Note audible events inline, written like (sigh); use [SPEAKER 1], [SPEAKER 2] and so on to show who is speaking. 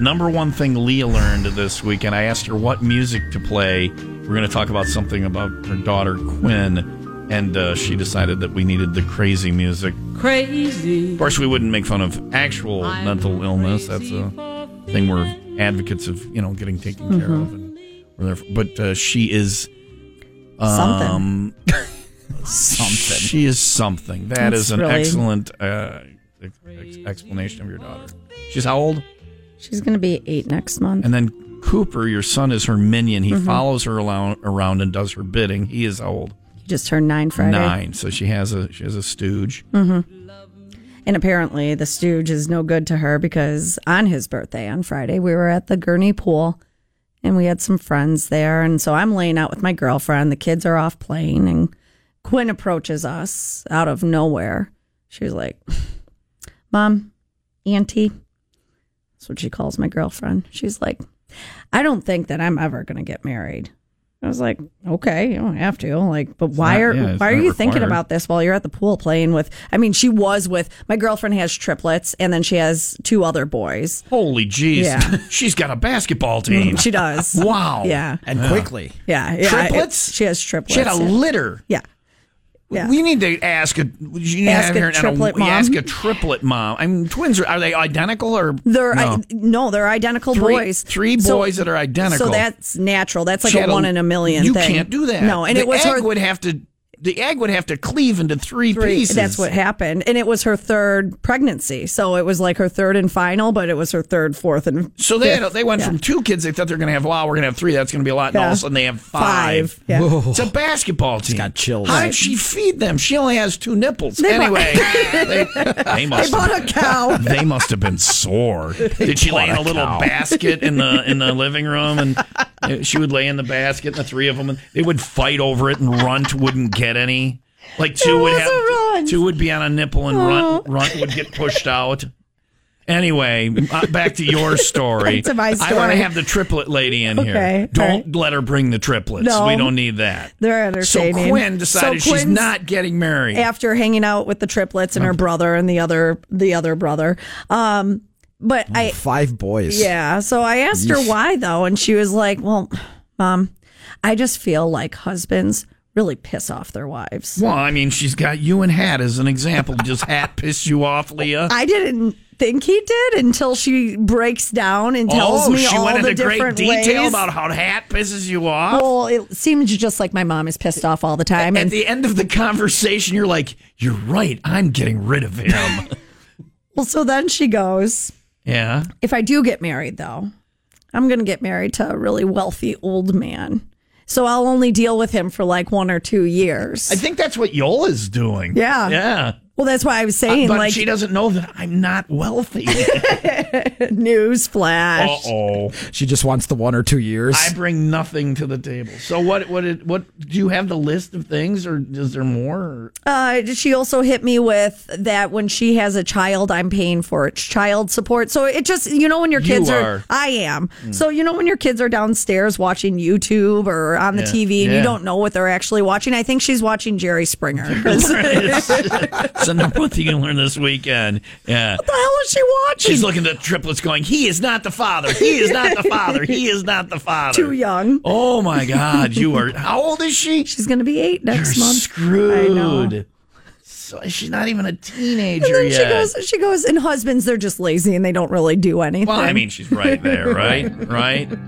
[SPEAKER 1] number one thing Leah learned this week, and I asked her what music to play. We're going to talk about something about her daughter Quinn, and uh, she decided that we needed the crazy music.
[SPEAKER 2] Crazy.
[SPEAKER 1] Of course, we wouldn't make fun of actual mental illness. That's a thing we're advocates of, you know, getting taken care
[SPEAKER 3] Mm-hmm.
[SPEAKER 1] of. And we're there for, but uh, she is
[SPEAKER 3] Something.
[SPEAKER 1] um,
[SPEAKER 3] Something.
[SPEAKER 1] She is something. That
[SPEAKER 3] That's
[SPEAKER 1] is an
[SPEAKER 3] really-
[SPEAKER 1] excellent uh, ex- ex- explanation of your daughter. She's how old?
[SPEAKER 3] She's going to be eight next month.
[SPEAKER 1] And then Cooper, your son, is her minion. He
[SPEAKER 3] Mm-hmm.
[SPEAKER 1] follows her alou- around and does her bidding. He is how old?
[SPEAKER 3] He just turned nine Friday.
[SPEAKER 1] Nine. So she has a she has a stooge.
[SPEAKER 3] Mm. And apparently, the stooge is no good to her because on his birthday, on Friday, we were at the Gurney pool and we had some friends there. And so I'm laying out with my girlfriend. The kids are off playing, and Quinn approaches us out of nowhere. She was like, Mom, Auntie. That's what she calls my girlfriend. She's like, I don't think that I'm ever going to get married. I was like, okay, you don't have to. Like, but why
[SPEAKER 1] not-
[SPEAKER 3] are
[SPEAKER 1] yeah, it's
[SPEAKER 3] why are
[SPEAKER 1] not
[SPEAKER 3] you thinking
[SPEAKER 1] required.
[SPEAKER 3] about about this while you're at the pool playing with I mean she was with my girlfriend has triplets and then she has two other boys.
[SPEAKER 1] Holy jeez. (laughs)
[SPEAKER 3] Yeah. Mm.
[SPEAKER 1] She's got a basketball team. (laughs)
[SPEAKER 3] She does.
[SPEAKER 1] wow.
[SPEAKER 3] Yeah.
[SPEAKER 4] and quickly.
[SPEAKER 3] Yeah. yeah
[SPEAKER 1] Oh, Triplets?
[SPEAKER 3] It- she has triplets.
[SPEAKER 1] She had a
[SPEAKER 3] yeah.
[SPEAKER 1] litter.
[SPEAKER 3] yeah. Yeah.
[SPEAKER 1] We need to ask a you need to
[SPEAKER 3] Ask
[SPEAKER 1] have
[SPEAKER 3] a
[SPEAKER 1] her- and
[SPEAKER 3] triplet
[SPEAKER 1] yeah,
[SPEAKER 3] mom.
[SPEAKER 1] ask a triplet mom. I mean, twins are, are they identical or
[SPEAKER 3] They're
[SPEAKER 1] no?
[SPEAKER 3] no, I, no they're identical
[SPEAKER 1] Three-
[SPEAKER 3] boys.
[SPEAKER 1] three
[SPEAKER 3] So-
[SPEAKER 1] boys that are identical.
[SPEAKER 3] So that's natural. That's like
[SPEAKER 1] She
[SPEAKER 3] a
[SPEAKER 1] had
[SPEAKER 3] one in a million
[SPEAKER 1] You
[SPEAKER 3] thing.
[SPEAKER 1] can't do that.
[SPEAKER 3] No, and
[SPEAKER 1] the
[SPEAKER 3] it was
[SPEAKER 1] egg
[SPEAKER 3] her
[SPEAKER 1] would have to the egg would have to cleave into three,
[SPEAKER 3] three-
[SPEAKER 1] pieces.
[SPEAKER 3] That's what happened. And it was her third pregnancy. So it was like her third and final, but it was her third, fourth, and
[SPEAKER 1] So they had,
[SPEAKER 3] fifth.
[SPEAKER 1] they went
[SPEAKER 3] Yeah.
[SPEAKER 1] from two kids. They thought they're going to have wow, we're going to have three. That's going to be a lot. And all
[SPEAKER 3] Yeah.
[SPEAKER 1] of a sudden they have five.
[SPEAKER 3] Five. Yeah.
[SPEAKER 1] It's a basketball team.
[SPEAKER 4] got chills.
[SPEAKER 1] How did she feed them? She only has two nipples.
[SPEAKER 3] They bought- (laughs)
[SPEAKER 1] anyway, they, they
[SPEAKER 3] I
[SPEAKER 1] must. have-
[SPEAKER 3] bought a
[SPEAKER 1] (laughs)
[SPEAKER 3] cow.
[SPEAKER 1] they must have been sore.
[SPEAKER 3] (laughs)
[SPEAKER 1] Did she lay in a little basket in the in the living room, and
[SPEAKER 3] (laughs)
[SPEAKER 1] uh, she would lay in the basket, and the three of them, and they would fight over it, and Runt wouldn't get any. Like two
[SPEAKER 3] There
[SPEAKER 1] would
[SPEAKER 3] was
[SPEAKER 1] have
[SPEAKER 3] a Runt.
[SPEAKER 1] two would be on a nipple, and Runt Runt would get pushed out. Anyway, uh, back to
[SPEAKER 3] (laughs)
[SPEAKER 1] your story.
[SPEAKER 3] Back to my
[SPEAKER 1] I want to
[SPEAKER 3] story.
[SPEAKER 1] have the triplet lady in here.
[SPEAKER 3] Okay, all
[SPEAKER 1] Don't let her bring the triplets.
[SPEAKER 3] No.
[SPEAKER 1] We don't need that.
[SPEAKER 3] They're
[SPEAKER 1] So
[SPEAKER 3] entertaining.
[SPEAKER 1] Quinn decided
[SPEAKER 3] So
[SPEAKER 1] she's
[SPEAKER 3] Quinn's-
[SPEAKER 1] not getting married.
[SPEAKER 3] after hanging out with the triplets and her brother and the other the other brother. Um, but I
[SPEAKER 4] Five boys.
[SPEAKER 3] yeah, so I asked her why though, and she was like, "Well, mom, I just feel like husbands really piss off their wives."
[SPEAKER 1] Well, I mean, she's got you and Hat as an example. Does Hat piss you off, Leah?
[SPEAKER 3] I didn't think he did until she breaks down and tells
[SPEAKER 1] oh,
[SPEAKER 3] me
[SPEAKER 1] she
[SPEAKER 3] all
[SPEAKER 1] went
[SPEAKER 3] the
[SPEAKER 1] into great
[SPEAKER 3] different
[SPEAKER 1] detail
[SPEAKER 3] ways.
[SPEAKER 1] about how Hat pisses you off.
[SPEAKER 3] well, it seems just like my mom is pissed off all the time,
[SPEAKER 1] At
[SPEAKER 3] and
[SPEAKER 1] the end of the conversation, you're like, "You're right. I'm getting rid of (laughs) him."
[SPEAKER 3] well, so then she goes.
[SPEAKER 1] yeah.
[SPEAKER 3] If I do get married, though, I'm going to get married to a really wealthy old man. So I'll only deal with him for like one or two years.
[SPEAKER 1] I think that's what Yola's doing.
[SPEAKER 3] Yeah.
[SPEAKER 1] Yeah.
[SPEAKER 3] well, that's why I was saying,
[SPEAKER 1] Uh, But
[SPEAKER 3] like,
[SPEAKER 1] she doesn't know that I'm not (laughs) wealthy.
[SPEAKER 3] news flash.
[SPEAKER 1] oh.
[SPEAKER 4] She just wants the one or two years.
[SPEAKER 1] I bring nothing to the table. So what? What? Did, what? Do you have the list of things, or is there more? (laughs) Or?
[SPEAKER 3] Uh, she also hit me with that when she has a child, I'm paying for its child support. So it just, you know, when your
[SPEAKER 1] You
[SPEAKER 3] kids are,
[SPEAKER 1] are. Hmm.
[SPEAKER 3] I am. So, you know, when your kids are downstairs watching YouTube or on the
[SPEAKER 1] Yeah.
[SPEAKER 3] TV and
[SPEAKER 1] Yeah.
[SPEAKER 3] you don't know what they're actually watching, I think she's watching
[SPEAKER 1] (laughs)
[SPEAKER 3] Jerry Springer. what the
[SPEAKER 1] it's the number one thing you learn this weekend. Yeah.
[SPEAKER 3] hell is she watching?
[SPEAKER 1] She's looking at the triplets going, he is not the father. He is not the father. He is not the father.
[SPEAKER 3] Too young.
[SPEAKER 1] Oh my God. You are, how old is she?
[SPEAKER 3] She's going to be eight next
[SPEAKER 1] You're
[SPEAKER 3] month.
[SPEAKER 1] screwed.
[SPEAKER 3] I know.
[SPEAKER 1] So she's not even a teenager
[SPEAKER 3] And then
[SPEAKER 1] yet.
[SPEAKER 3] she goes, she goes, and husbands, they're just lazy and they don't really do anything. (laughs)
[SPEAKER 1] well, I mean, she's right there, right? right?